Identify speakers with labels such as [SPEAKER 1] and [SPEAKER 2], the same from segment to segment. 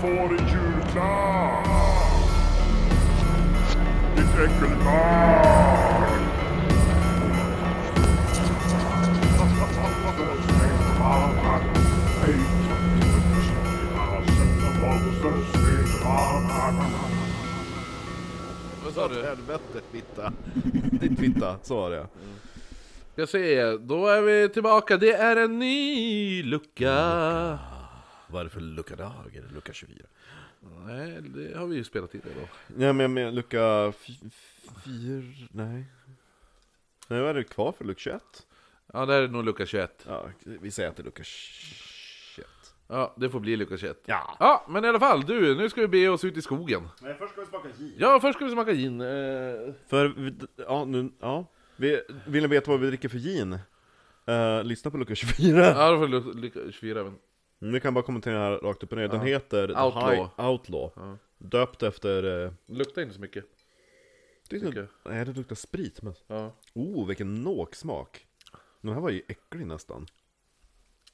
[SPEAKER 1] får i julklapp? Ditt äckelbarn!
[SPEAKER 2] Vad sa du?
[SPEAKER 3] Helvete fitta. Din fitta, så var det
[SPEAKER 2] Ska se, då är vi tillbaka. Det är en ny lucka.
[SPEAKER 3] Vad är det för lucka dag? Är det lucka 24?
[SPEAKER 2] Nej, det har vi ju spelat in idag.
[SPEAKER 3] Nej men, men lucka 4, nej. Nej vad är det kvar för lucka 21?
[SPEAKER 2] Ja, det här är nog lucka 21.
[SPEAKER 3] Ja, vi säger att det är lucka 21.
[SPEAKER 2] Ja, det får bli lucka 21.
[SPEAKER 3] Ja.
[SPEAKER 2] Ja, men i alla fall du, nu ska vi be oss ut i skogen.
[SPEAKER 1] Men först ska vi smaka gin.
[SPEAKER 2] Ja, först ska vi smaka gin. Eh,
[SPEAKER 3] För, vi- ja nu, ja. Vi, vill ni veta vad vi dricker för gin? Eh, lyssna på lucka 24.
[SPEAKER 2] ja, då får lu- lucka 24. Men...
[SPEAKER 3] Ni kan bara kommentera här rakt upp och ner. Den heter The
[SPEAKER 2] Outlaw.
[SPEAKER 3] High Outlaw. Döpt efter... eh,
[SPEAKER 2] Luktar inte så mycket.
[SPEAKER 3] det är nog-
[SPEAKER 2] Tycker
[SPEAKER 3] Nej, det luktar sprit men...
[SPEAKER 2] Ja.
[SPEAKER 3] Oh, vilken nåksmak! Den här var ju äcklig nästan.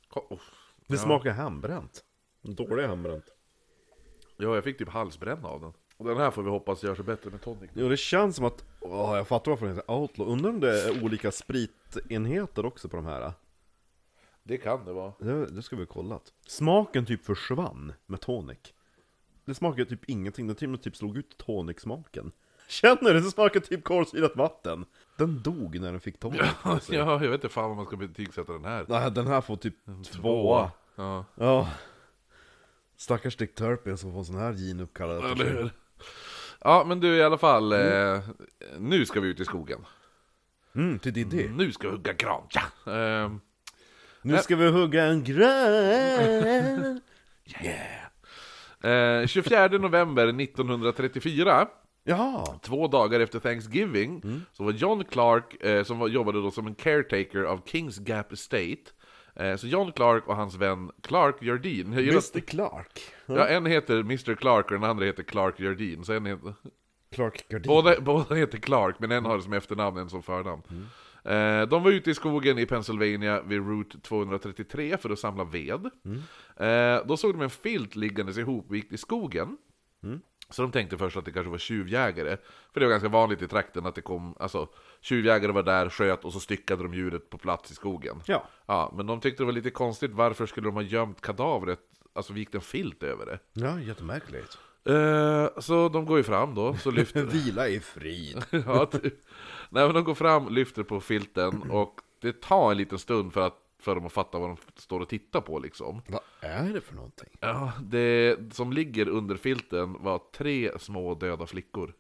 [SPEAKER 2] Ko- oh.
[SPEAKER 3] Det smakar hembränt. Dålig hembränt.
[SPEAKER 2] Ja, jag fick typ halsbränna av den. Och den här får vi hoppas gör sig bättre med tonic.
[SPEAKER 3] Jo, det känns som att... Åh, jag fattar varför den heter Outlaw. Undrar om det är olika spritenheter också på de här.
[SPEAKER 2] Det kan det vara.
[SPEAKER 3] Det, det ska vi ha kollat. Smaken typ försvann med tonic. Det smakar typ ingenting. Den till och med typ slog ut tonicsmaken. Känner du? Det smakar typ kolsyrat vatten. Den dog när den fick tonic. alltså.
[SPEAKER 2] Ja, jag vet inte fan vad man ska betygsätta den här.
[SPEAKER 3] Nej, den här får typ tvåa.
[SPEAKER 2] Ja,
[SPEAKER 3] Ja. Stackars Dick Turpin som får sån här gin uppkallad efter
[SPEAKER 2] eller
[SPEAKER 3] sig.
[SPEAKER 2] hur? Ja, men du i alla fall. Eh, nu ska vi ut i skogen.
[SPEAKER 3] Mm, till Diddy.
[SPEAKER 2] Nu ska vi hugga gran. Ja. Ehm,
[SPEAKER 3] Nu ska vi hugga en gran!
[SPEAKER 2] eh, 24 november 1934,
[SPEAKER 3] Jaha!
[SPEAKER 2] två dagar efter Thanksgiving, så var John Clark, eh, som var, jobbade då som en caretaker av Kings Gap Estate, eh, så John Clark och hans vän Clark Jardine. Jag gillar att-
[SPEAKER 3] Mr Clark.
[SPEAKER 2] Ja, en heter Mr Clark och den andra heter Clark Jardine, så en heter...
[SPEAKER 3] Clark Gardin.
[SPEAKER 2] Båda, båda heter Clark, men en har det som efternamn, en som förnamn. Eh, de var ute i skogen i Pennsylvania vid Route 233 för att samla ved. Eh, då såg de en filt liggandes ihopvikt i skogen. Så de tänkte först att det kanske var tjuvjägare. För det var ganska vanligt i trakten att det kom, alltså tjuvjägare var där, sköt och så styckade de djuret på plats i skogen.
[SPEAKER 3] Ja.
[SPEAKER 2] Ja, men de tyckte det var lite konstigt, varför skulle de ha gömt kadavret, alltså vikt en filt över det?
[SPEAKER 3] Ja, jättemärkligt.
[SPEAKER 2] Eh, så de går ju fram då, så lyfter...
[SPEAKER 3] Vila i frid.
[SPEAKER 2] ja, typ. Nej, men de går fram, lyfter på filten och det tar en liten stund för, att, för dem att fatta vad de står och tittar på liksom.
[SPEAKER 3] Vad är det för någonting?
[SPEAKER 2] Ja, det som ligger under filten var tre små döda flickor.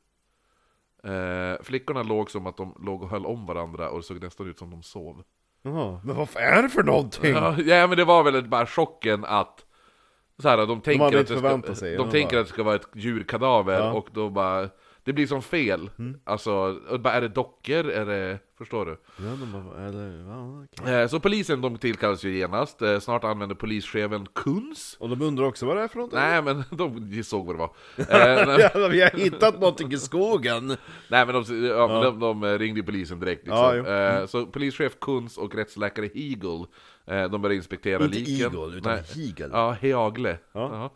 [SPEAKER 2] Eh, flickorna låg som att de låg och höll om varandra och det såg nästan ut som de sov.
[SPEAKER 3] Jaha. Men vad är det för någonting?
[SPEAKER 2] Ja, ja men det var väl bara chocken att så här, de tänker,
[SPEAKER 3] hade
[SPEAKER 2] att,
[SPEAKER 3] inte
[SPEAKER 2] det ska,
[SPEAKER 3] förväntat sig,
[SPEAKER 2] de
[SPEAKER 3] de
[SPEAKER 2] tänker
[SPEAKER 3] bara-
[SPEAKER 2] att det ska vara ett djurkadaver
[SPEAKER 3] Ja. Mm.
[SPEAKER 2] och då bara Det blir som fel, alltså, och bara, är det dockor? Är det, förstår du?
[SPEAKER 3] Ja, de bara, eller, va, okej.
[SPEAKER 2] Eh, Så polisen de tillkallas ju genast, Eh, snart använder polischefen Kunz
[SPEAKER 3] Och de undrar också vad det är för någonting?
[SPEAKER 2] Nej men de såg vad det var Eh, nej,
[SPEAKER 3] Jävlar, vi har hittat någonting i skogen!
[SPEAKER 2] Nej men de, ja, men de, de ringde ju polisen direkt
[SPEAKER 3] Ja,
[SPEAKER 2] liksom.
[SPEAKER 3] jo. Mm.
[SPEAKER 2] Eh, Så polischef Kunz och rättsläkare Hegel eh, De började inspektera
[SPEAKER 3] Inte
[SPEAKER 2] liken
[SPEAKER 3] Eagle, utan Hegel.
[SPEAKER 2] Ja, Heagle ja.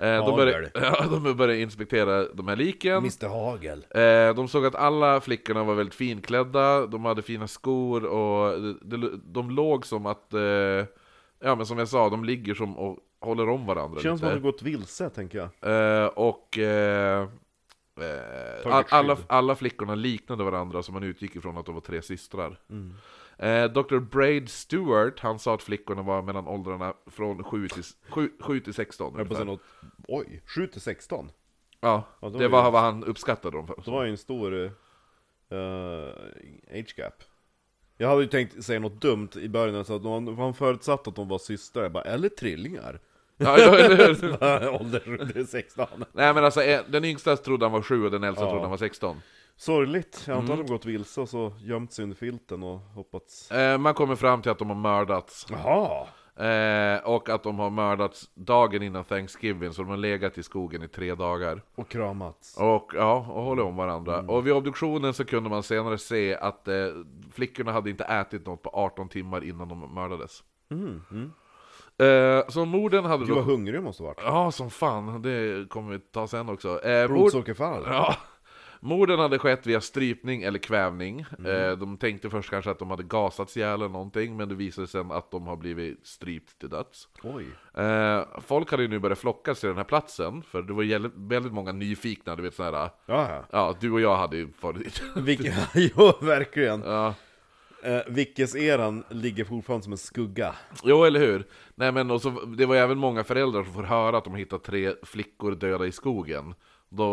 [SPEAKER 2] Eh, De, började, ja, de började inspektera de här liken
[SPEAKER 3] Mr Hagel.
[SPEAKER 2] Eh, de såg att alla flickorna var väldigt finklädda, de hade fina skor och de, de, de låg som att, eh, ja men som jag sa, de ligger som och håller om varandra
[SPEAKER 3] Känns som att
[SPEAKER 2] lite.
[SPEAKER 3] de gått vilse, tänker jag.
[SPEAKER 2] Eh, och eh, eh, all,
[SPEAKER 3] skydd.
[SPEAKER 2] alla, alla flickorna liknade varandra så man utgick ifrån att de var tre systrar.
[SPEAKER 3] Mm.
[SPEAKER 2] Eh, Dr. Braid Stewart, han sa att flickorna var mellan åldrarna från 7 till, 7, 7 till 16
[SPEAKER 3] Jag på
[SPEAKER 2] ungefär.
[SPEAKER 3] något... Oj, 7 till 16.
[SPEAKER 2] Ja,
[SPEAKER 3] Ja, då
[SPEAKER 2] det
[SPEAKER 3] är
[SPEAKER 2] var
[SPEAKER 3] det-
[SPEAKER 2] vad han uppskattade dem för.
[SPEAKER 3] Det var ju en stor eh, age gap. Jag hade ju tänkt säga något dumt i början, så att man, man förutsatt att de var systrar, jag bara, eller trillingar.
[SPEAKER 2] Ja, ja, eller hur?
[SPEAKER 3] Äh, Ålder under 16.
[SPEAKER 2] Nej men alltså en- den yngsta trodde han var 7 och den äldsta trodde han var 16.
[SPEAKER 3] Sorgligt, jag antar att
[SPEAKER 2] Mm.
[SPEAKER 3] de gått vilse och så gömt sig under filten och hoppats...
[SPEAKER 2] Eh, man kommer fram till att de har mördats.
[SPEAKER 3] Jaha!
[SPEAKER 2] Eh, och att de har mördats dagen innan Thanksgiving, så de har legat i skogen i tre dagar.
[SPEAKER 3] Och kramats.
[SPEAKER 2] Och ja, och håller om varandra. Och vid obduktionen så kunde man senare se att eh, flickorna hade inte ätit något på 18 timmar innan de mördades. Eh, så morden hade
[SPEAKER 3] Gud vad
[SPEAKER 2] då...
[SPEAKER 3] hungrig jag måste ha varit.
[SPEAKER 2] Ja, som fan. Det kommer vi ta sen också. Eh, mord...
[SPEAKER 3] Blodsockerfall.
[SPEAKER 2] Ja. Morden hade skett via strypning eller kvävning.
[SPEAKER 3] Mm.
[SPEAKER 2] Eh, de tänkte först kanske att de hade gasats ihjäl eller någonting, men det visade sig sen att de har blivit strypt till döds.
[SPEAKER 3] Oj.
[SPEAKER 2] Eh, folk hade ju nu börjat flockas till den här platsen, för det var jävla- väldigt många nyfikna, du vet sådana här... eh,
[SPEAKER 3] Ja,
[SPEAKER 2] Ja, du och jag hade ju farit dit.
[SPEAKER 3] ja. Vilke, jo, verkligen.
[SPEAKER 2] Ja.
[SPEAKER 3] Eh, Vickes eran ligger fortfarande som en skugga.
[SPEAKER 2] Jo, eller hur? Nej, men och så, det var ju även många föräldrar som får höra att de hittat tre flickor döda i skogen. Då,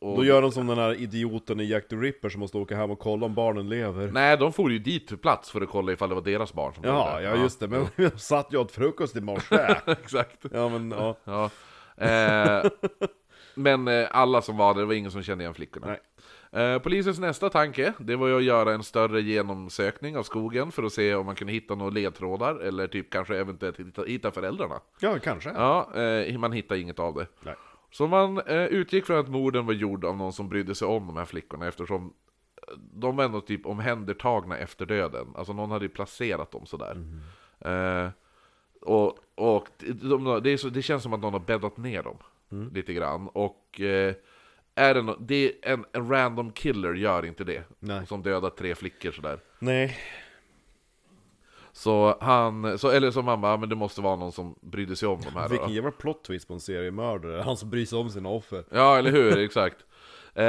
[SPEAKER 2] och,
[SPEAKER 3] Då gör de som den här idioten i Jack the Ripper som måste åka hem och kolla om barnen lever.
[SPEAKER 2] Nej, de for ju dit till plats för att kolla ifall det var deras barn som
[SPEAKER 3] Ja,
[SPEAKER 2] dödade.
[SPEAKER 3] ja just det. Men jag satt jag åt frukost i morse.
[SPEAKER 2] Exakt.
[SPEAKER 3] Ja, men ja.
[SPEAKER 2] Ja. Eh, men eh, alla som var där, det var ingen som kände igen flickorna.
[SPEAKER 3] Nej.
[SPEAKER 2] Eh, polisens nästa tanke, det var ju att göra en större genomsökning av skogen för att se om man kunde hitta några ledtrådar, eller typ kanske eventuellt hitta, hitta föräldrarna.
[SPEAKER 3] Ja, kanske.
[SPEAKER 2] Ja, eh, man hittade inget av det.
[SPEAKER 3] Nej.
[SPEAKER 2] Så man eh, utgick från att morden var gjord av någon som brydde sig om de här flickorna eftersom eh, de var ändå typ omhändertagna efter döden. Alltså någon hade ju placerat dem sådär.
[SPEAKER 3] Mhm.
[SPEAKER 2] Eh, och och de, det, är så, det känns som att någon har bäddat ner dem
[SPEAKER 3] Mm.
[SPEAKER 2] lite grann. Och eh, är det, no, det är en, en random killer gör inte det.
[SPEAKER 3] Nej.
[SPEAKER 2] Som dödar tre flickor sådär.
[SPEAKER 3] Nej.
[SPEAKER 2] Så han, så, eller som mamma, men det måste vara någon som brydde sig om de här. då.
[SPEAKER 3] Vilken jävla plot twist på en seriemördare. Han som bryr sig om sina offer.
[SPEAKER 2] Ja, eller hur? Exakt. Eh,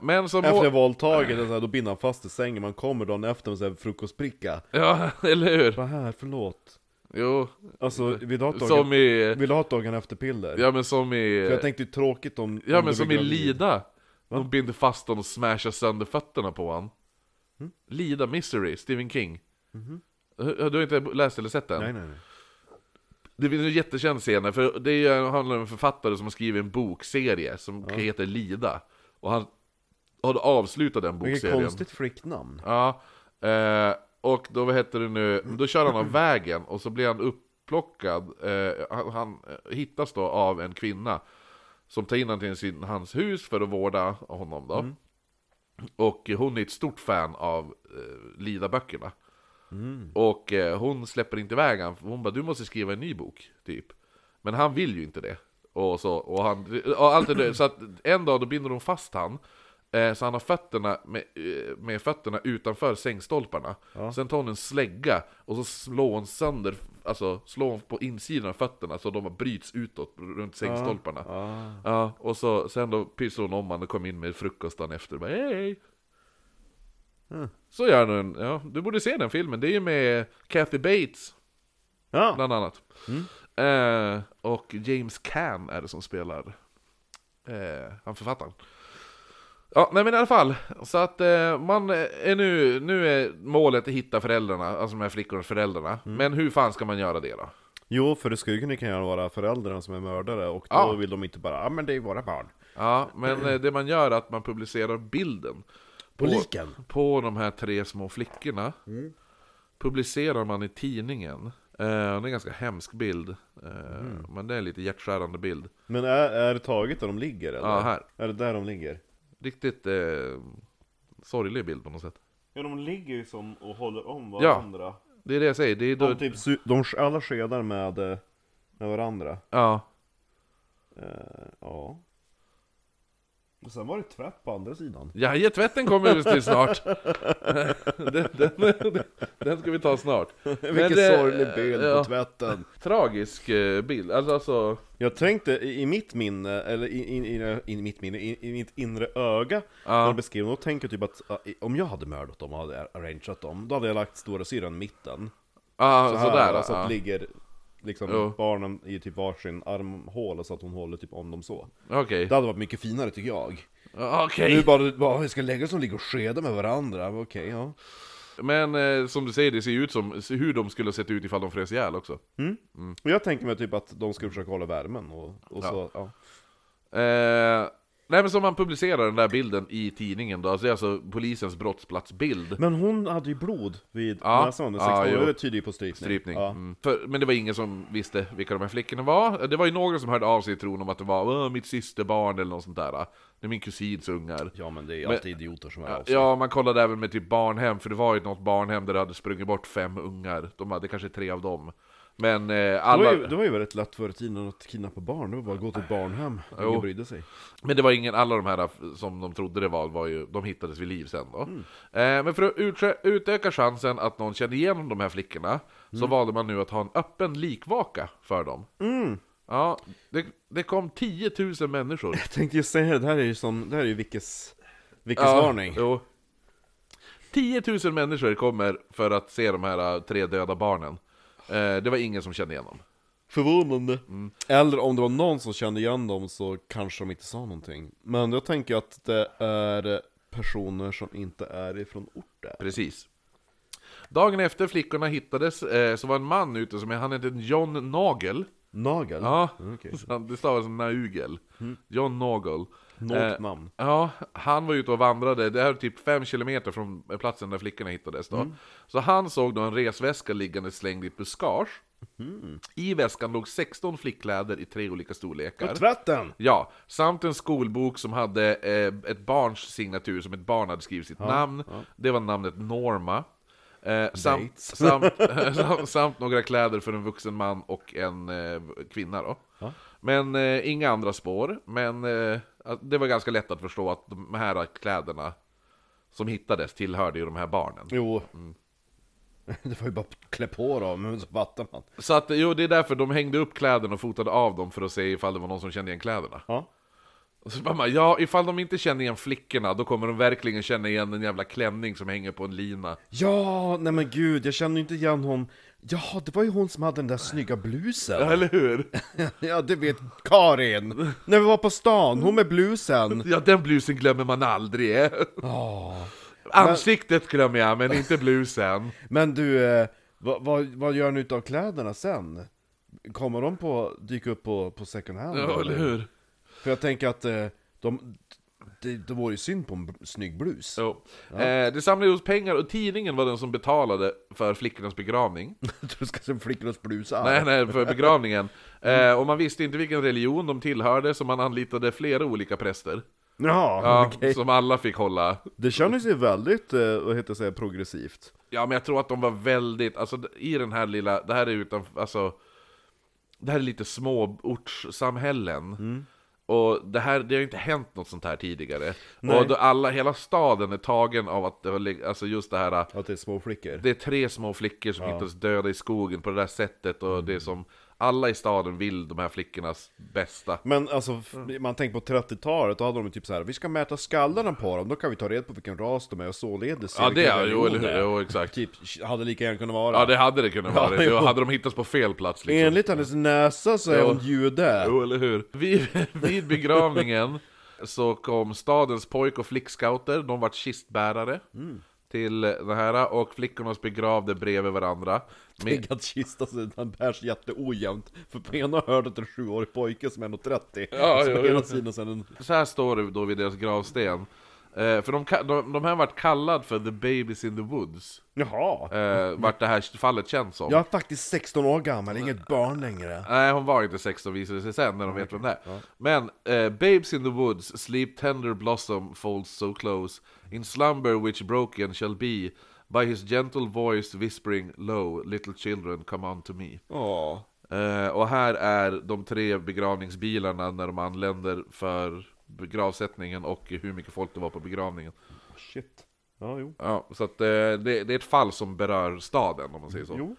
[SPEAKER 2] men som...
[SPEAKER 3] Efter våldtaget, så här, då binder han fast i sängen, man kommer dagen efter med så här frukostbricka.
[SPEAKER 2] Ja, eller hur?
[SPEAKER 3] Vad här, förlåt.
[SPEAKER 2] Jo,
[SPEAKER 3] Alltså, vill du ha ett dagen,
[SPEAKER 2] som i...
[SPEAKER 3] vill du ha ett dagen efter-piller?
[SPEAKER 2] Ja men som i...
[SPEAKER 3] För jag tänkte ju tråkigt om...
[SPEAKER 2] Ja
[SPEAKER 3] om
[SPEAKER 2] men
[SPEAKER 3] du
[SPEAKER 2] som
[SPEAKER 3] blir
[SPEAKER 2] i
[SPEAKER 3] gravid.
[SPEAKER 2] Lida. De binder fast honom och smashar sönder fötterna på honom.
[SPEAKER 3] Mm.
[SPEAKER 2] Lida Misery, Stephen King. Har Du har inte läst eller sett den?
[SPEAKER 3] Mhm. Nej, nej, nej.
[SPEAKER 2] Det finns en jättekänd scen här, för det är ju- handlar om en författare som har skrivit en bokserie som heter Lida. Och han har avslutat den bokserien.
[SPEAKER 3] Vilket konstigt flicknamn.
[SPEAKER 2] Ja, eh, och då, vad heter det nu, då kör han av vägen och så blir han upplockad, eh, han, han eh, hittas då av en kvinna som tar in honom till sin, hans hus för att vårda honom då. Och hon är ett stort fan av eh, Lida-böckerna. Och eh, hon släpper inte iväg han, för hon bara du måste skriva en ny bok, typ. Men han vill ju inte det. Och så, och han, och allt är det, så att en dag då binder hon fast han. Eh, så han har fötterna med, eh, med fötterna utanför sängstolparna. Sen tar hon en slägga och så slår hon sönder, alltså slår hon på insidan av fötterna så de bryts utåt runt sängstolparna. Ja. och så, sen då pysslar hon om han och kom in med frukost dagen efter. Bara, hej, hej. Så gör den, ja, du borde se den filmen, det är ju med Kathy Bates
[SPEAKER 3] Ja,
[SPEAKER 2] bland annat. Eh, och James Caan är det som spelar eh, han författaren. Ja, nej men i alla fall. Så att eh, man är nu, nu är målet att hitta föräldrarna, alltså de här flickornas föräldrarna. Men hur fan ska man göra det då?
[SPEAKER 3] jo för det skulle ju kunna vara föräldrarna som är mördare och då
[SPEAKER 2] Ja.
[SPEAKER 3] vill de inte bara, ja men det är ju våra barn.
[SPEAKER 2] Ja, men eh, det man gör är att man publicerar bilden.
[SPEAKER 3] På liken?
[SPEAKER 2] På de här tre små flickorna. Publicerar man i tidningen. Eh, det är en ganska hemsk bild. Eh, Men det är en lite hjärtskärande bild.
[SPEAKER 3] Men är, är det taget där de ligger eller?
[SPEAKER 2] Ja, här.
[SPEAKER 3] Är det där de ligger?
[SPEAKER 2] riktigt eh, sorglig bild på något sätt.
[SPEAKER 4] Ja, de ligger ju som och håller om
[SPEAKER 2] Ja.
[SPEAKER 4] varandra.
[SPEAKER 2] Det är det jag säger, det är då...
[SPEAKER 3] De, typ, su- de alla skedar med, eh, med varandra. Eh,
[SPEAKER 2] Ja,
[SPEAKER 3] Ja.
[SPEAKER 4] Och sen var det tvätt på andra sidan.
[SPEAKER 2] ja tvätten kommer just till snart. den, den, den ska vi ta snart. Men
[SPEAKER 3] Vilken
[SPEAKER 2] det-
[SPEAKER 3] sorglig bild
[SPEAKER 2] ja,
[SPEAKER 3] på tvätten.
[SPEAKER 2] Tragisk eh, bild, alltså, alltså
[SPEAKER 3] Jag tänkte i i mitt minne, eller i, i, i, i mitt minne, i, i mitt inre öga, när jag beskrev dem, då tänker jag typ att ja, i- om jag hade mördat dem och hade arrangerat dem, då hade jag lagt stora syran i mitten.
[SPEAKER 2] ah,
[SPEAKER 3] Så här,
[SPEAKER 2] sådär.
[SPEAKER 3] alltså att
[SPEAKER 2] ah.
[SPEAKER 3] ligger liksom
[SPEAKER 2] Jo.
[SPEAKER 3] barnen i typ varsin armhåla så att hon håller typ om dem så.
[SPEAKER 2] Okej,
[SPEAKER 3] Det hade varit mycket finare tycker jag.
[SPEAKER 2] Ah, okej.
[SPEAKER 3] Nu bara, bara vi ska lägga oss och ligga och skeda med varandra, okej ja.
[SPEAKER 2] Men eh, som du säger, det ser ju ut som hur de skulle ha sett ut ifall de frös ihjäl också.
[SPEAKER 3] Men jag tänker mig typ att de skulle försöka hålla värmen och, och så, ja.
[SPEAKER 2] Eh, nej men som man publicerar den där bilden i tidningen då, alltså det är alltså polisens brottsplatsbild.
[SPEAKER 3] Men hon hade ju blod vid
[SPEAKER 2] Ja.
[SPEAKER 3] näsan, den
[SPEAKER 2] Ja,
[SPEAKER 3] 16
[SPEAKER 2] jo.
[SPEAKER 3] det tyder ju på strypning.
[SPEAKER 2] Strypning.
[SPEAKER 3] Ja.
[SPEAKER 2] Mm. För, men det var ingen som visste vilka de här flickorna var. Det var ju några som hörde av sig i tron om att det var "Åh, mitt systerbarn eller något sånt där. Det är min kusins ungar.
[SPEAKER 3] Ja men det är
[SPEAKER 2] Men-
[SPEAKER 3] alltid idioter som är av sig.
[SPEAKER 2] Ja, man kollade även med typ barnhem, för det var ju något barnhem där det hade sprungit bort fem ungar. De hade kanske tre av dem. Men eh,
[SPEAKER 3] Det
[SPEAKER 2] alla...
[SPEAKER 3] var, ju, det var ju väldigt lätt förr i tiden att kidnappa barn, det var bara att gå till ett barnhem.
[SPEAKER 2] Jo.
[SPEAKER 3] Ingen brydde sig.
[SPEAKER 2] Men det var ingen, alla de här äh, som de trodde det var, var ju, de hittades vid liv sen då. Eh, men för att utsö- utöka chansen att någon kände igen de här flickorna, så valde man nu att ha en öppen likvaka för dem. Ja, det, det kom 10 000 människor.
[SPEAKER 3] Jag tänkte ju säga det, det här är ju som, det här är ju Vickes, Vickes
[SPEAKER 2] Ja,
[SPEAKER 3] varning.
[SPEAKER 2] Jo. 10 000 människor kommer för att se de här eh, tre döda barnen. Eh, det var ingen som kände igen dem.
[SPEAKER 3] Förvånande. Mm. Eller om det var någon som kände igen dem så kanske de inte sa någonting. Men jag tänker att det är personer som inte är ifrån orten.
[SPEAKER 2] Precis. Dagen efter flickorna hittades eh, så var en man ute som han hette John Nagel.
[SPEAKER 3] Nagel?
[SPEAKER 2] Ja,
[SPEAKER 3] Mm, okej. Mm.
[SPEAKER 2] så han- det stavas Naugel. John Nagel. Eh,
[SPEAKER 3] Något namn.
[SPEAKER 2] Ja, han var ute och vandrade, det här är typ fem kilometer från platsen där flickorna hittades då.
[SPEAKER 3] Mm.
[SPEAKER 2] Så han såg då en resväska liggande slängd i ett buskage.
[SPEAKER 3] Mhm.
[SPEAKER 2] I väskan låg 16 flickkläder i tre olika storlekar.
[SPEAKER 3] Tvätten!
[SPEAKER 2] Ja, samt en skolbok som hade eh, ett barns signatur som ett barn hade skrivit sitt namn. Det var namnet Norma. Eh, samt,
[SPEAKER 3] Dates.
[SPEAKER 2] samt, samt, samt några kläder för en vuxen man och en eh, kvinna då. Men eh, inga andra spår, men eh, att det var ganska lätt att förstå att de här kläderna som hittades tillhörde ju de här barnen.
[SPEAKER 3] Jo.
[SPEAKER 2] Mm.
[SPEAKER 3] Det var ju bara att klä på dem, men så fattar man.
[SPEAKER 2] Så att, jo, det är därför de hängde upp kläderna och fotade av dem för att se ifall det var någon som kände igen kläderna.
[SPEAKER 3] Ja.
[SPEAKER 2] Och så bara, man, ja, ifall de inte känner igen flickorna, då kommer de verkligen känna igen en jävla klänning som hänger på en lina.
[SPEAKER 3] Ja, nej men gud, jag känner ju inte igen hon. Ja, det var ju hon som hade den där snygga blusen.
[SPEAKER 2] Eller hur?
[SPEAKER 3] Ja, det vet Karin. När vi var på stan, hon med blusen.
[SPEAKER 2] Ja, den blusen glömmer man aldrig. eh. Ansiktet glömmer jag, men inte blusen.
[SPEAKER 3] Men du, eh, vad, vad, vad gör ni utav kläderna sen? Kommer de på, dyka upp på, på second hand?
[SPEAKER 2] Ja, eller hur?
[SPEAKER 3] För jag tänker att eh, de, det, det vore ju synd på en br- snygg blus.
[SPEAKER 2] Jo. Eh, det samlades pengar och tidningen var den som betalade för flickornas begravning.
[SPEAKER 3] du ska se flickornas blusar.
[SPEAKER 2] Nej, nej, för begravningen. Eh, och man visste inte vilken religion de tillhörde, så man anlitade flera olika präster.
[SPEAKER 3] Jaha,
[SPEAKER 2] Ja,
[SPEAKER 3] okej.
[SPEAKER 2] Som alla fick hålla
[SPEAKER 3] Det kändes ju väldigt, eh, vad heter det, så här, progressivt.
[SPEAKER 2] Ja, men jag tror att de var väldigt, alltså d- i den här lilla, det här är utanför, alltså Det här är lite småortssamhällen Och det här, det har ju inte hänt något sånt här tidigare Och då alla, hela staden är tagen av att det har leg- alltså just det här
[SPEAKER 3] Att det är små flickor.
[SPEAKER 2] Det är tre små flickor som hittades döda i skogen på det där sättet och det är som Alla i staden vill de här flickornas bästa
[SPEAKER 3] Men alltså, f- man tänker på 30-talet, då hade de ju typ så här: vi ska mäta skallarna på dem, då kan vi ta reda på vilken ras de är och således se
[SPEAKER 2] Ja det
[SPEAKER 3] vilken
[SPEAKER 2] är jo,
[SPEAKER 3] religion
[SPEAKER 2] eller
[SPEAKER 3] det
[SPEAKER 2] hur,
[SPEAKER 3] är.
[SPEAKER 2] jo, exakt
[SPEAKER 3] Typ, hade lika gärna kunnat vara.
[SPEAKER 2] Ja det hade det kunnat vara,
[SPEAKER 3] jo.
[SPEAKER 2] Då hade de hittats på fel plats liksom
[SPEAKER 3] Enligt hennes näsa så är
[SPEAKER 2] Ja.
[SPEAKER 3] hon jude.
[SPEAKER 2] Jo, eller hur? Vid, vid begravningen så kom stadens pojk och flickscouter, de vart kistbärare till det här, och flickorna begravde bredvid varandra. Med,
[SPEAKER 3] Tänk att kistan den bärs jätteojämnt, för på ena hörnet är en sjuårig pojke som är 1,30
[SPEAKER 2] Ja,
[SPEAKER 3] och så
[SPEAKER 2] jo,
[SPEAKER 3] på
[SPEAKER 2] jo.
[SPEAKER 3] ena sidan sen en...
[SPEAKER 2] så här står det då vid deras gravsten. Eh, för de, ka- de, de här vart kallad för The Babies in the Woods,
[SPEAKER 3] Jaha!
[SPEAKER 2] eh, vart det här fallet känns som.
[SPEAKER 3] Jag är faktiskt 16 år gammal, inget barn längre.
[SPEAKER 2] Nej, hon var inte 16 visade det sig sen när de vet vem det är. Men eh, Babes in the Woods, Sleep Tender Blossom Folds So Close In slumber which broken shall be By his gentle voice whispering low Little children come unto me
[SPEAKER 3] Ja.
[SPEAKER 2] eh, Och här är de tre begravningsbilarna när de anländer för begravsättningen och hur mycket folk det var på begravningen.
[SPEAKER 3] Shit. Ja, jo.
[SPEAKER 2] Ja, så att, eh, det, det är ett fall som berör staden om man säger så.
[SPEAKER 3] Jo.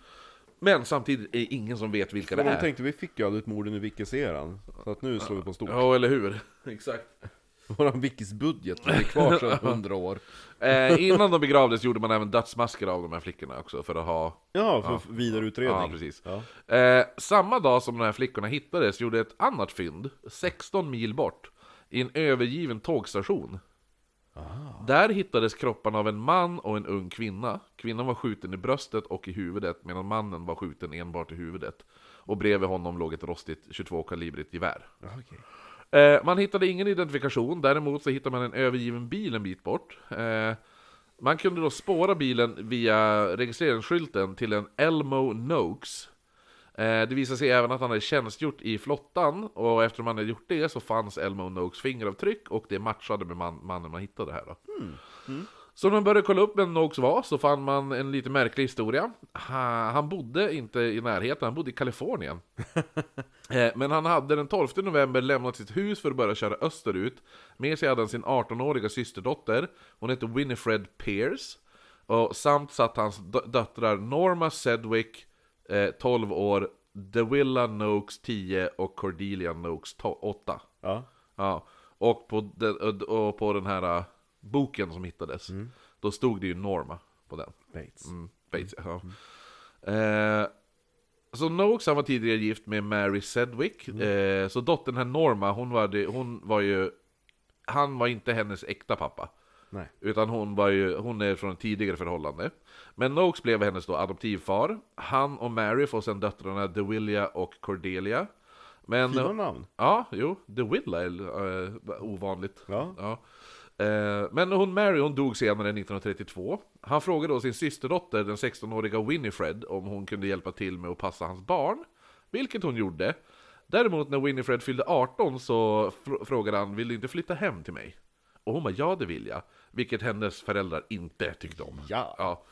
[SPEAKER 2] Men samtidigt är ingen som vet vilka det
[SPEAKER 3] Men de
[SPEAKER 2] är.
[SPEAKER 3] tänkte vi fick ju aldrig ett mord under Vickis-eran, så att nu slår vi på stort.
[SPEAKER 2] Ja, eller hur? Exakt.
[SPEAKER 3] Våran Vickis-budget ligger kvar sedan 100 år.
[SPEAKER 2] Eh, innan de begravdes gjorde man även dödsmasker av de här flickorna också för att ha...
[SPEAKER 3] Ja, för vidare utredning.
[SPEAKER 2] Ja, precis.
[SPEAKER 3] Ja.
[SPEAKER 2] Eh, samma dag som de här flickorna hittades gjorde ett annat fynd, 16 mil bort, i en övergiven tågstation.
[SPEAKER 3] Ah.
[SPEAKER 2] Där hittades kropparna av en man och en ung kvinna. Kvinnan var skjuten i bröstet och i huvudet, medan mannen var skjuten enbart i huvudet. Och bredvid honom låg ett rostigt 22-kalibrigt gevär. Eh, man hittade ingen identifikation, däremot så hittade man en övergiven bil en bit bort. Eh, man kunde då spåra bilen via registreringsskylten till en Elmo Noakes. Eh, det visade sig även att han hade tjänstgjort i flottan, och eftersom han hade gjort det så fanns Elmo Noakes fingeravtryck, och det matchade med man, mannen man hittade här då. Så när man började kolla upp vem Noakes var så fann man en lite märklig historia. Ha- Han bodde inte i närheten, han bodde i Kalifornien. Eh, Men han hade den 12 november lämnat sitt hus för att börja köra österut. Med sig hade han sin 18-åriga systerdotter, hon hette Winifred Pierce. Och samt satt hans dö- döttrar Norma Sedwick, eh, 12 år, Dewilla Noakes 10 och Cordelia Noakes 8.
[SPEAKER 3] Ja.
[SPEAKER 2] Ja, och på den, och på den här äh, boken som hittades, då stod det ju Norma på den.
[SPEAKER 3] Bates.
[SPEAKER 2] Mm, Bates, ja.
[SPEAKER 3] Mm.
[SPEAKER 2] Eh, så Noakes han var tidigare gift med Mary Sedwick,
[SPEAKER 3] Mm.
[SPEAKER 2] eh, så dottern här Norma, hon var, det, hon var ju, han var inte hennes äkta pappa.
[SPEAKER 3] Nej.
[SPEAKER 2] Utan hon, var ju, hon är från ett tidigare förhållande. Men Noakes blev hennes då adoptivfar. Han och Mary får sedan döttrarna Dewilla och Cordelia. Men,
[SPEAKER 3] Fina namn.
[SPEAKER 2] Ja, jo. The Willa är eh, ovanligt.
[SPEAKER 3] Ja.
[SPEAKER 2] Eh, men hon Mary hon dog senare 1932. Han frågade då sin systerdotter, den 16-åriga Winifred, om hon kunde hjälpa till med att passa hans barn. Vilket hon gjorde. Däremot när Winifred fyllde 18 så fr- frågade han, vill du inte flytta hem till mig? Och hon bara, ja det vill jag. Vilket hennes föräldrar inte tyckte om.
[SPEAKER 3] Ja.
[SPEAKER 2] ja.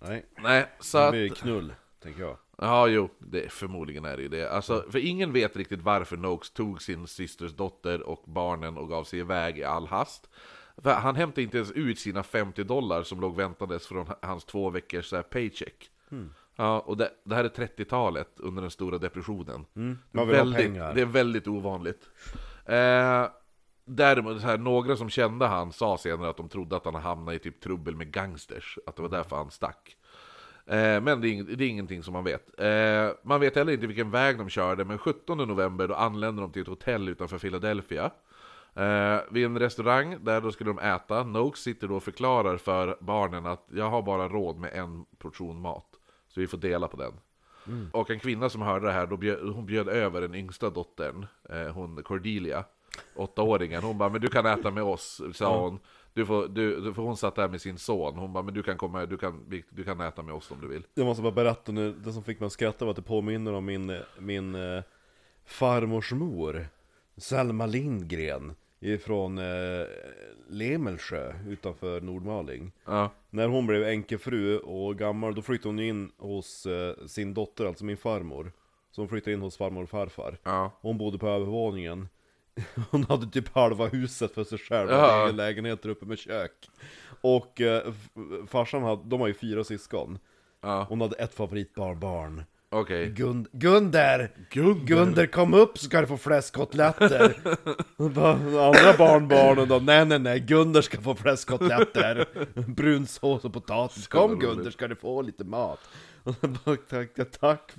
[SPEAKER 3] Nej.
[SPEAKER 2] Nej, så
[SPEAKER 3] Det
[SPEAKER 2] att...
[SPEAKER 3] blir knull, tänker jag.
[SPEAKER 2] Ja, jo, det, förmodligen är det ju det. Alltså,
[SPEAKER 3] Mm.
[SPEAKER 2] för ingen vet riktigt varför Noakes tog sin systers dotter och barnen och gav sig iväg i all hast. För han hämtade inte ens ut sina 50 dollar som låg väntandes från hans två veckors så här, paycheck.
[SPEAKER 3] Mm.
[SPEAKER 2] Ja, och det, det här är 30-talet under den stora depressionen.
[SPEAKER 3] Mm. man vill ha
[SPEAKER 2] väldigt,
[SPEAKER 3] pengar.
[SPEAKER 2] det är väldigt ovanligt. Eh, däremot, så här, några som kände han sa senare att de trodde att han hamnade i typ trubbel med gangsters. Att det var därför han stack. Eh, Men det är, ing- det är ingenting som man vet. Eh, Man vet heller inte vilken väg de körde, men 17 november då anländer de till ett hotell utanför Philadelphia. Eh, vid en restaurang där då skulle de äta. Noakes sitter då och förklarar för barnen att jag har bara råd med en portion mat. Så vi får dela på den. Och en kvinna som hörde det här, då bjöd, hon bjöd över den yngsta dottern, eh, hon Cordelia, åttaåringen. Hon bara, men du kan äta med oss, sa hon. Du får, du, du- för hon satt där med sin son. Hon bara, men du kan komma, du kan, vi- du kan äta med oss om du vill.
[SPEAKER 3] Jag måste bara berätta nu, det som fick mig att skratta var att det påminner om min, min eh, farmors mor Selma Lindgren ifrån eh, Lemelsjö utanför Nordmaling
[SPEAKER 2] Ja,
[SPEAKER 3] När hon blev änkefru och gammal då flyttade hon ju in hos eh, sin dotter, alltså min farmor Så hon flyttade in hos farmor och farfar
[SPEAKER 2] ja.
[SPEAKER 3] Hon bodde på övervåningen Hon hade typ halva huset för sig själv,
[SPEAKER 2] Ja.
[SPEAKER 3] hade egen lägenhet där uppe med kök Och eh, f- farsan hade, de har ju fyra syskon
[SPEAKER 2] Ja.
[SPEAKER 3] Hon hade ett favoritbarnbarn
[SPEAKER 2] Okej.
[SPEAKER 3] Gund Gunder! Gunder! kom upp så ska du få fläskkotletter! Och bara, de andra barnbarnen då, nej nej nej, Gunder ska få fläskkotletter! Brunsås och potatis, kom
[SPEAKER 2] roligt.
[SPEAKER 3] Gunder ska du få lite mat! Och så bara, tack, tack, tack,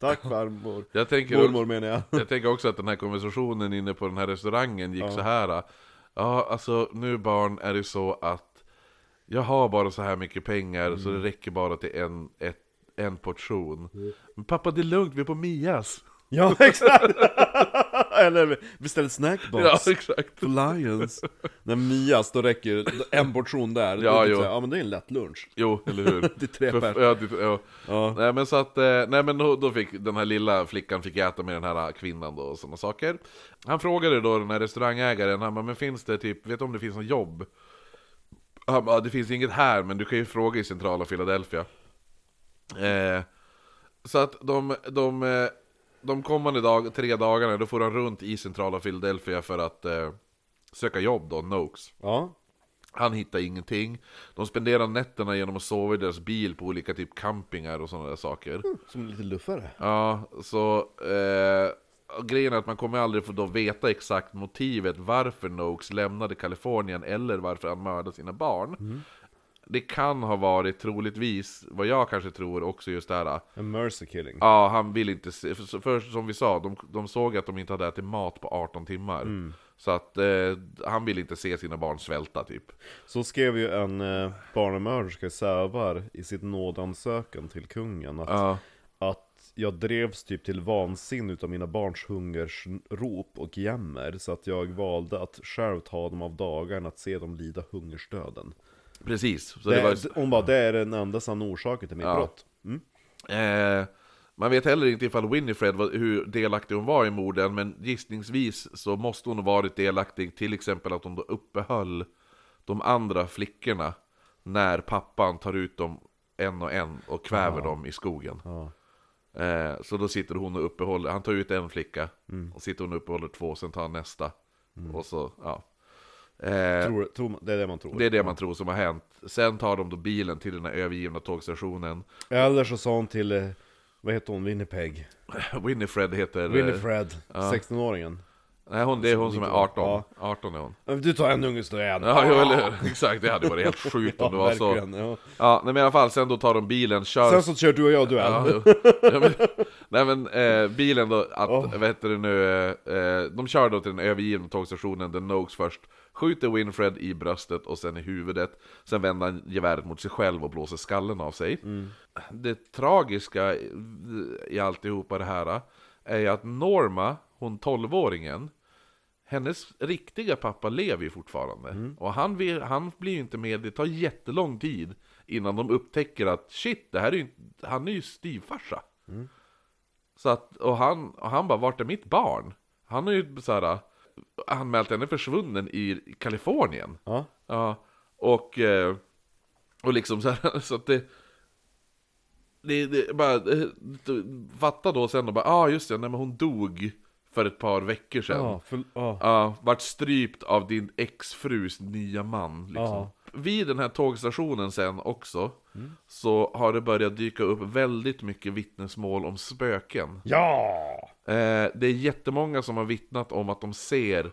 [SPEAKER 3] tack farmor!
[SPEAKER 2] Jag tänker
[SPEAKER 3] Mormor menar jag!
[SPEAKER 2] Jag tänker också att den här konversationen inne på den här restaurangen gick så här. Ja, alltså nu barn är det så att jag har bara så här mycket pengar så det räcker bara till en, ett, en portion. Men pappa det är lugnt, vi är på Mias.
[SPEAKER 3] Ja exakt! Eller beställ snackbox!
[SPEAKER 2] Ja, exakt.
[SPEAKER 3] Lions! När Mias, då räcker en portion där,
[SPEAKER 2] Ja,
[SPEAKER 3] Det är typ
[SPEAKER 2] jo.
[SPEAKER 3] så här, ja men det är en lätt lunch
[SPEAKER 2] Jo, eller hur?
[SPEAKER 3] Det är tre
[SPEAKER 2] För-
[SPEAKER 3] pers.
[SPEAKER 2] ja, det- ja.
[SPEAKER 3] Ja.
[SPEAKER 2] Nej men så att, eh, nej men då då fick den här lilla flickan fick äta med den här eh, kvinnan då och sådana saker. Han frågade då den här restaurangägaren, han bara, men finns det typ, vet du om det finns något jobb? Han bara, det finns inget här men du kan ju fråga i centrala Philadelphia. Eh, så att de, de, eh, de kommande dag, tre dagarna, då får han runt i centrala Philadelphia för att eh, söka jobb då, Noakes.
[SPEAKER 3] Ja,
[SPEAKER 2] Han hittar ingenting. De spenderar nätterna genom att sova i deras bil på olika typ campingar och sådana där saker.
[SPEAKER 3] som lite luffare
[SPEAKER 2] Ja, så eh, och grejen är att man kommer aldrig få då veta exakt motivet varför Noakes lämnade Kalifornien eller varför han mördade sina barn. Det kan ha varit troligtvis, vad jag kanske tror, också just det här
[SPEAKER 3] A mercy killing.
[SPEAKER 2] Ja, han vill inte se. För, för som vi sa, de, de såg att de inte hade ätit mat på 18 timmar. Så att eh, han vill inte se sina barn svälta typ.
[SPEAKER 3] Så skrev ju en eh, barnamörderska i Sävar i sitt nådansökan till kungen att,
[SPEAKER 2] Ja.
[SPEAKER 3] att jag drevs typ till vansinne utav mina barns hungersrop och jämmer så att jag valde att själv ta dem av dagarna att se dem lida hungersdöden.
[SPEAKER 2] Precis. Så
[SPEAKER 3] Det,
[SPEAKER 2] det var,
[SPEAKER 3] Hon bara, det är den enda sanna orsaken till mitt
[SPEAKER 2] Ja.
[SPEAKER 3] brott.
[SPEAKER 2] Eh, man vet heller inte ifall Winifred, var, hur delaktig hon var i morden, men gissningsvis så måste hon ha varit delaktig, till exempel att hon då uppehöll de andra flickorna när pappan tar ut dem en och en och kväver dem i skogen. Eh, så då sitter hon och uppehåller, han tar ut en flicka
[SPEAKER 3] Mm.
[SPEAKER 2] och sitter hon och uppehåller två, sen tar han nästa. Och så, ja. Eh,
[SPEAKER 3] Tror, tror, man- det är det man tror.
[SPEAKER 2] det är det man tror som har hänt. Sen tar de då bilen till den här övergivna tågstationen.
[SPEAKER 3] Eller så sa hon till, eh, vad heter hon, Winnipeg?
[SPEAKER 2] Winifred heter... eh,
[SPEAKER 3] Winifred, 16-åringen.
[SPEAKER 2] Nej, hon, det är hon som är 18.
[SPEAKER 3] Ja.
[SPEAKER 2] 18 är hon.
[SPEAKER 3] Du tar en unge så tar jag en.
[SPEAKER 2] Ja, jo, eller hur? Exakt, det hade varit helt sjukt om det var så.
[SPEAKER 3] verkligen, ja.
[SPEAKER 2] Ja, nej, men i alla fall, sen då tar de bilen, kör...
[SPEAKER 3] Sen så kör du och jag duell.
[SPEAKER 2] Ja, jo. ja, men, nej men eh, bilen då, att, vad heter det nu, eh, de kör då till den övergivna tågstationen där Noakes först skjuter Winfred i bröstet och sen i huvudet. Sen vänder han geväret mot sig själv och blåser skallen av sig. Det tragiska i- i alltihopa det här eh, är ju att Norma, hon 12-åringen, hennes riktiga pappa lever ju fortfarande. Och han, vill, han blir ju inte med, det tar jättelång tid innan de upptäcker att shit, det här är ju, inte- han är ju styvfarsa. Så att, och han, och han bara, vart är mitt barn? Han har ju såhär, anmält henne försvunnen i Kalifornien.
[SPEAKER 3] Ja.
[SPEAKER 2] Ja, och, eh, och liksom så här, så att det... Det, det bara, eh, fatta då sen och bara, ah, just det, nej men hon dog för ett par veckor sedan.
[SPEAKER 3] Ja, för, ja.
[SPEAKER 2] Ja, vart strypt av din exfrus nya man liksom.
[SPEAKER 3] Ja. Mm.
[SPEAKER 2] Vid den här tågstationen sen också Så har det börjat dyka upp väldigt mycket vittnesmål om spöken
[SPEAKER 3] ja!
[SPEAKER 2] eh, Det är jättemånga som har vittnat om att de ser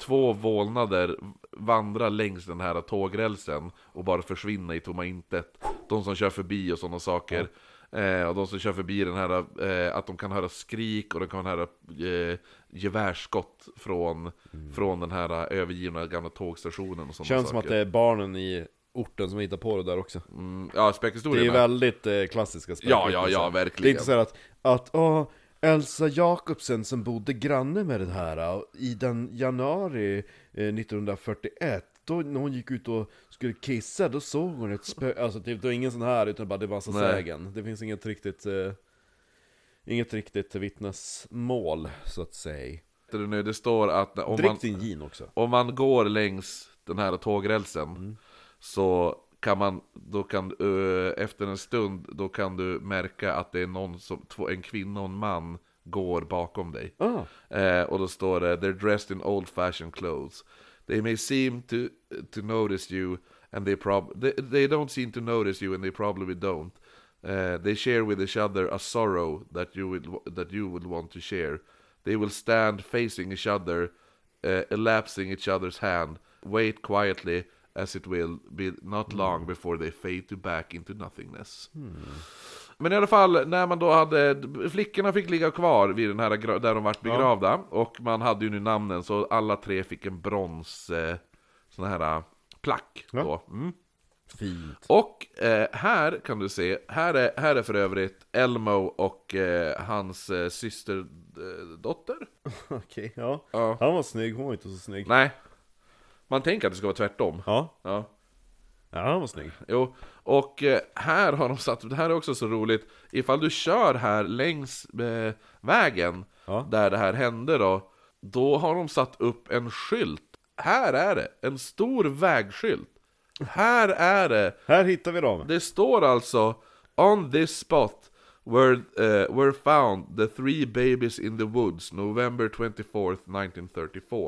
[SPEAKER 2] Två vålnader vandra längs den här tågrälsen Och bara försvinna i tomma intet De som kör förbi och sådana saker eh, Och de som kör förbi den här eh, Att de kan höra skrik och de kan höra eh, Gevärsskott från, från den här eh, övergivna gamla tågstationen och sådana
[SPEAKER 3] Mm. Känns som
[SPEAKER 2] saker
[SPEAKER 3] att det är barnen i orten som hittar på det där också.
[SPEAKER 2] mm, Ja,
[SPEAKER 3] Det är ju
[SPEAKER 2] spökhistorierna
[SPEAKER 3] väldigt eh, klassiska spökliknelser.
[SPEAKER 2] ja, ja, verkligen.
[SPEAKER 3] Det är inte så här att, att åh, Elsa Jakobsen som bodde granne med den här och i den januari eh, 1941 då när hon gick ut och skulle kissa, då såg hon ett spöke, alltså typ, det var ingen sån här utan bara det var så
[SPEAKER 2] Nej.
[SPEAKER 3] sägen. Det finns inget riktigt, eh, inget riktigt vittnesmål så att säga.
[SPEAKER 2] Det, nu, det står att om man,
[SPEAKER 3] Drick din gin också.
[SPEAKER 2] om man går längs den här tågrälsen så kan man, då kan, eh, efter en stund, då kan du märka att det är någon som, två, en kvinna och en man går bakom dig.
[SPEAKER 3] Ah.
[SPEAKER 2] Eh, och då står det “They're dressed in old fashioned clothes. They may seem to, to notice you and they prob they, they don't seem to notice you and they probably don't. Eh, they share with each other a sorrow that you would, that you would want to share. They will stand facing each other, uh, elapsing each other's hand, wait quietly as it will be not long before they fade to back into nothingness. Men i alla fall, när man då hade, flickorna fick ligga kvar vid den här, gra- där de vart begravda, och man hade ju nu namnen, så alla tre fick en brons, eh, sån här eh, plack då. Mm.
[SPEAKER 3] Fint.
[SPEAKER 2] Och eh, här kan du se, här är, här är för övrigt Elmo och eh, hans eh, systerdotter.
[SPEAKER 3] Okej, ja.
[SPEAKER 2] Ja.
[SPEAKER 3] Han var snygg, hon var inte så snygg.
[SPEAKER 2] Nej, man tänker att det ska vara tvärtom.
[SPEAKER 3] Ja.
[SPEAKER 2] Ja.
[SPEAKER 3] ja, han var snygg.
[SPEAKER 2] Jo, och eh, här har de satt, det här är också så roligt, ifall du kör här längs eh, vägen
[SPEAKER 3] Ja.
[SPEAKER 2] där det här hände då, då har de satt upp en skylt. Här är det, en stor vägskylt. Här är det,
[SPEAKER 3] Här hittar vi dem.
[SPEAKER 2] det står alltså On this spot were, eh, were found the three babies in the woods November 24th 1934.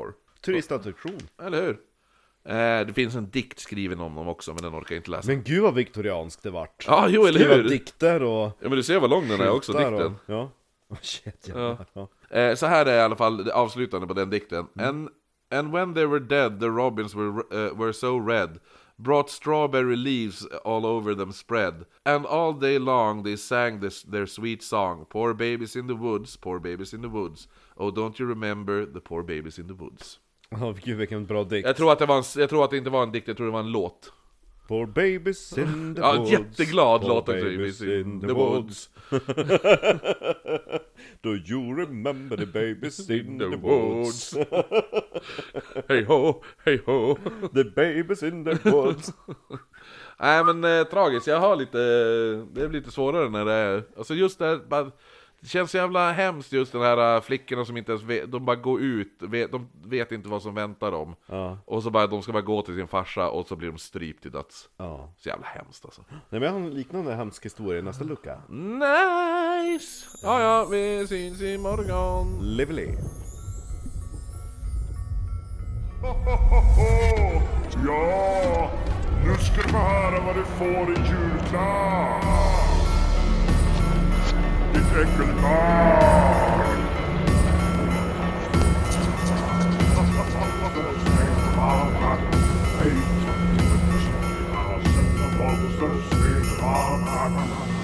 [SPEAKER 3] Turistattraktion.
[SPEAKER 2] Eller hur? Eh, det finns en dikt skriven om dem också, men den orkar jag inte läsa.
[SPEAKER 3] Men gud vad viktorianskt det vart.
[SPEAKER 2] Ja, jo, eller
[SPEAKER 3] Skriva
[SPEAKER 2] hur?
[SPEAKER 3] dikter och...
[SPEAKER 2] Ja men du ser vad lång den är också,
[SPEAKER 3] skyltar och-
[SPEAKER 2] dikten.
[SPEAKER 3] Ja. Oh, shit, jävlar. Ja.
[SPEAKER 2] Eh, så här är i alla fall det avslutande på den dikten.
[SPEAKER 3] Mm.
[SPEAKER 2] And, and when they were dead the robins were, eh, were so red Brought strawberry leaves all over them spread And all day long they sang this, their sweet song Poor babies in the woods, poor babies in the woods Oh don't you remember the poor babies in the woods
[SPEAKER 3] Ja, gud vilken bra dikt.
[SPEAKER 2] Jag tror att det, var en, jag tror att det inte var en dikt, jag tror det var en låt
[SPEAKER 3] Poor babies in the
[SPEAKER 2] Ja,
[SPEAKER 3] woods.
[SPEAKER 2] jätteglad
[SPEAKER 3] Poor
[SPEAKER 2] låt också
[SPEAKER 3] babies in the woods. Do you remember the babies in the woods?
[SPEAKER 2] Hej ho, hej ho
[SPEAKER 3] The babies in the woods.
[SPEAKER 2] Nej men eh, tragiskt, jag har lite, eh, det är lite svårare när det är, alltså just det här, bara, Det känns så jävla hemskt just den här äh, flickorna som inte ens vet, de bara går ut, vet, de vet inte vad som väntar dem.
[SPEAKER 3] Ja.
[SPEAKER 2] Och så bara, de ska bara gå till sin farsa och så blir de strypt till döds.
[SPEAKER 3] Ja.
[SPEAKER 2] Så jävla hemskt alltså.
[SPEAKER 3] Nej men jag har en liknande hemsk historia i nästa lucka.
[SPEAKER 2] Nice! Ja, ja, vi syns imorgon.
[SPEAKER 3] Lively.
[SPEAKER 1] Hohoho! Ja, nu ska du få höra vad du får i julklapp. Ditt äckelbarn. Hej.